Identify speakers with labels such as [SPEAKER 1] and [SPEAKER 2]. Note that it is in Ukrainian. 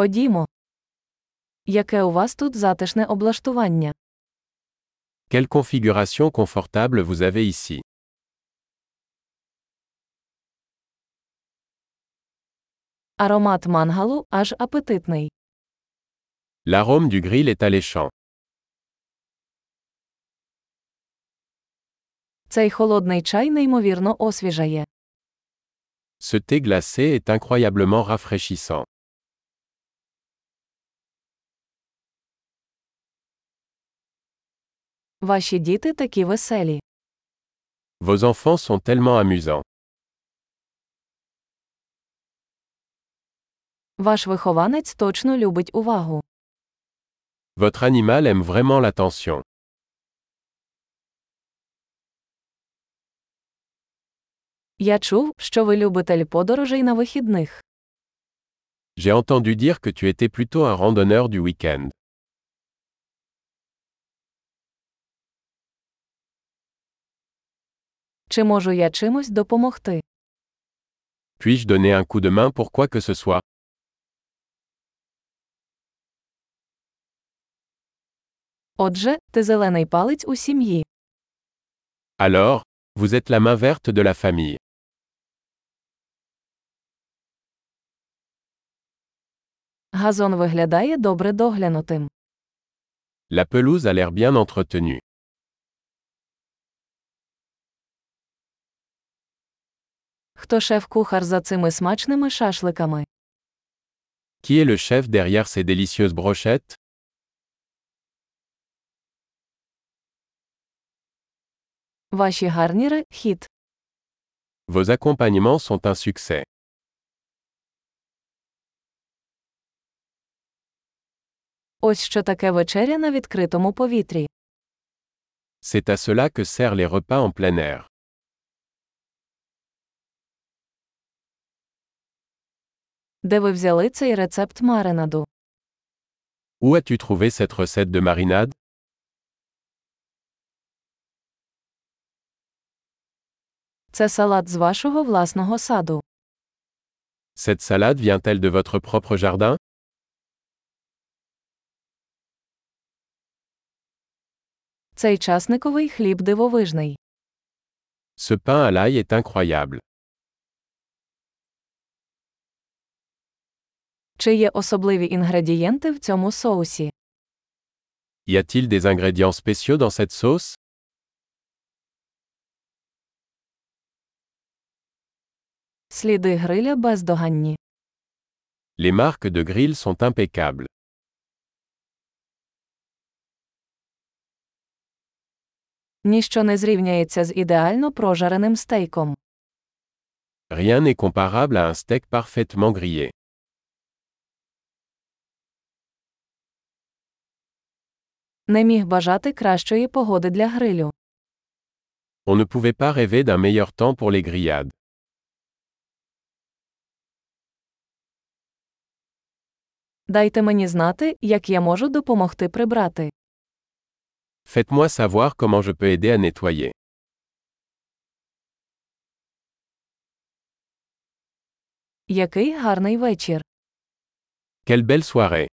[SPEAKER 1] Ходімо. Яке у вас тут затишне облаштування?
[SPEAKER 2] Quelle configuration confortable vous avez ici.
[SPEAKER 1] Аромат мангалу аж апетитний.
[SPEAKER 2] L'arôme du grill est alléchant.
[SPEAKER 1] Цей холодний чай неймовірно освіжає.
[SPEAKER 2] Ce thé glacé est incroyablement rafraîchissant.
[SPEAKER 1] Ваші діти такі веселі.
[SPEAKER 2] Vos enfants sont tellement amusants.
[SPEAKER 1] Ваш вихованець точно любить увагу.
[SPEAKER 2] Votre animal aime vraiment l'attention.
[SPEAKER 1] Я чув, що ви любитель подорожей на вихідних.
[SPEAKER 2] J'ai entendu dire que tu étais plutôt un randonneur du week-end.
[SPEAKER 1] Чи можу я чимось допомогти?
[SPEAKER 2] Puis-je donner un coup de main pour quoi que ce soit
[SPEAKER 1] Отже, ти зелений палець у сім'ї.
[SPEAKER 2] Alors, vous êtes la main verte de la famille.
[SPEAKER 1] Газон виглядає добре доглянутим.
[SPEAKER 2] La pelouse a l'air bien entretenue.
[SPEAKER 1] Хто шеф-кухар за цими смачними шашликами?
[SPEAKER 2] Qui est le chef derrière ces délicieuses brochettes
[SPEAKER 1] Ваші гарніри хіт.
[SPEAKER 2] Vos accompagnements sont un succès.
[SPEAKER 1] Ось що таке вечеря на відкритому повітрі.
[SPEAKER 2] C'est à cela que servent les repas en plein air.
[SPEAKER 1] Де ви взяли цей рецепт маринаду?
[SPEAKER 2] Où as-tu trouvé cette recette de marinade
[SPEAKER 1] Це салат з вашого власного саду.
[SPEAKER 2] Cette salade vient-elle de votre propre jardin
[SPEAKER 1] Цей часниковий хліб дивовижний.
[SPEAKER 2] Ce pain à l'ail est incroyable.
[SPEAKER 1] Чи є особливі інгредієнти в цьому соусі?
[SPEAKER 2] Y a-t-il des ingrédients spéciaux dans cette sauce
[SPEAKER 1] Сліди гриля бездоганні.
[SPEAKER 2] Les marques de grill sont impeccables.
[SPEAKER 1] Ніщо не зрівняється з ідеально прожареним стейком.
[SPEAKER 2] Rien n'est comparable à un steak parfaitement grillé.
[SPEAKER 1] Не міг бажати кращої погоди для грилю.
[SPEAKER 2] On ne pouvait pas rêver d'un meilleur temps pour les grillades.
[SPEAKER 1] Дайте мені знати, як я можу допомогти прибрати.
[SPEAKER 2] Faites-moi savoir comment je peux aider à nettoyer.
[SPEAKER 1] Який гарний вечір!
[SPEAKER 2] Quelle belle soirée